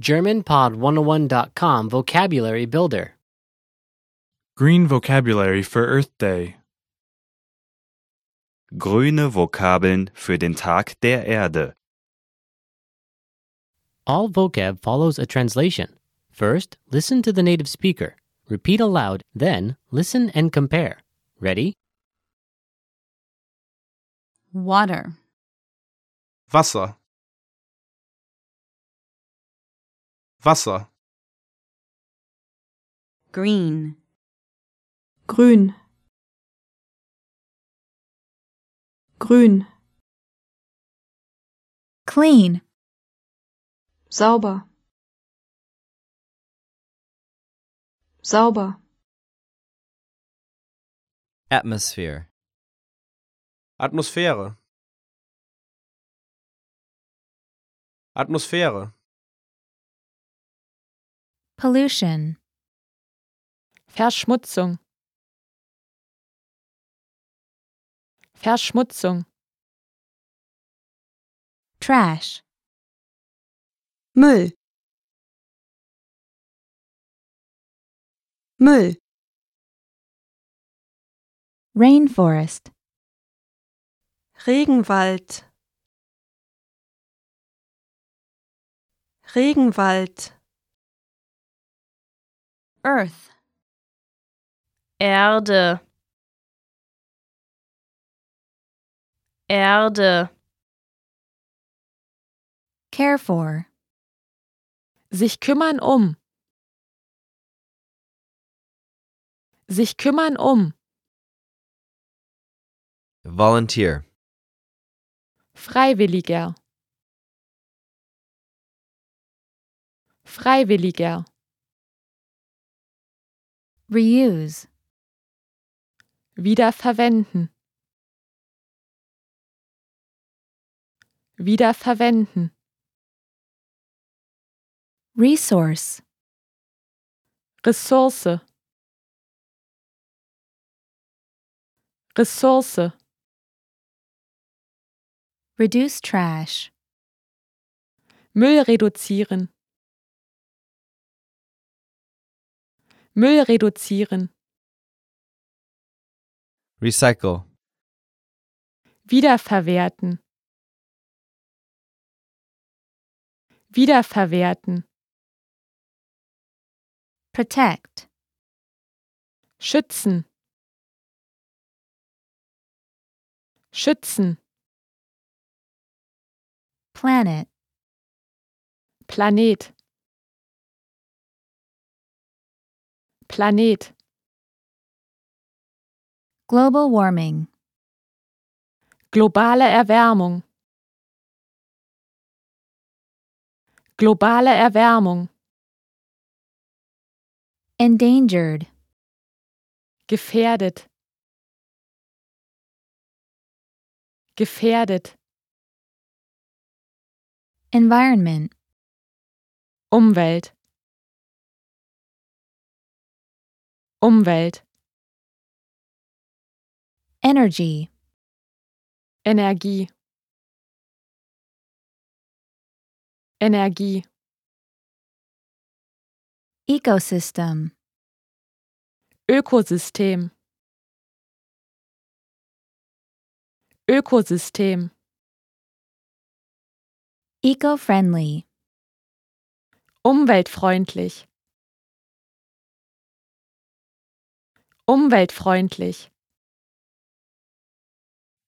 GermanPod101.com Vocabulary Builder. Green vocabulary for Earth Day. Grüne Vokabeln für den Tag der Erde. All vocab follows a translation. First, listen to the native speaker. Repeat aloud, then, listen and compare. Ready? Water. Wasser. Wasser. Green. grün grün Clean. sauber sauber Atmosphere. Atmosphäre. Atmosphäre. Pollution. Verschmutzung. Verschmutzung. Trash. Müll Müll Rainforest. Regenwald Regenwald Earth. Erde. Erde. Care for. Sich kümmern um. Sich kümmern um. Volunteer. Freiwilliger. Freiwilliger. Reuse. Wiederverwenden. Wiederverwenden. Resource. Ressource. Ressource. Reduce trash. Müll reduzieren. Müll reduzieren. Recycle. Wiederverwerten. Wiederverwerten. Protect. Schützen. Schützen. Planet. Planet. Planet. Global warming. Globale Erwärmung. Globale Erwärmung. Endangered. Gefährdet. Gefährdet. Environment. Umwelt. Umwelt. Energy. Energie. Energie. Ecosystem. Ökosystem. Ökosystem. Eco-friendly. Umweltfreundlich. Umweltfreundlich.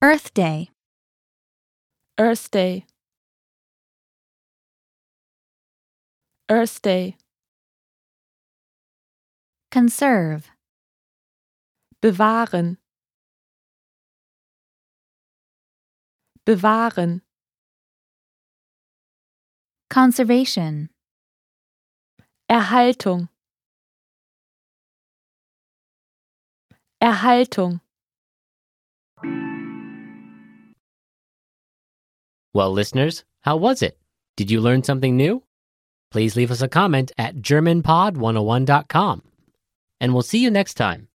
Earth Day. Earth Day. Earth Day. Conserve. Bewahren. Bewahren. Conservation. Erhaltung. Erhaltung. Well, listeners, how was it? Did you learn something new? oh Please leave us a comment at GermanPod101.com. And we'll see you next time.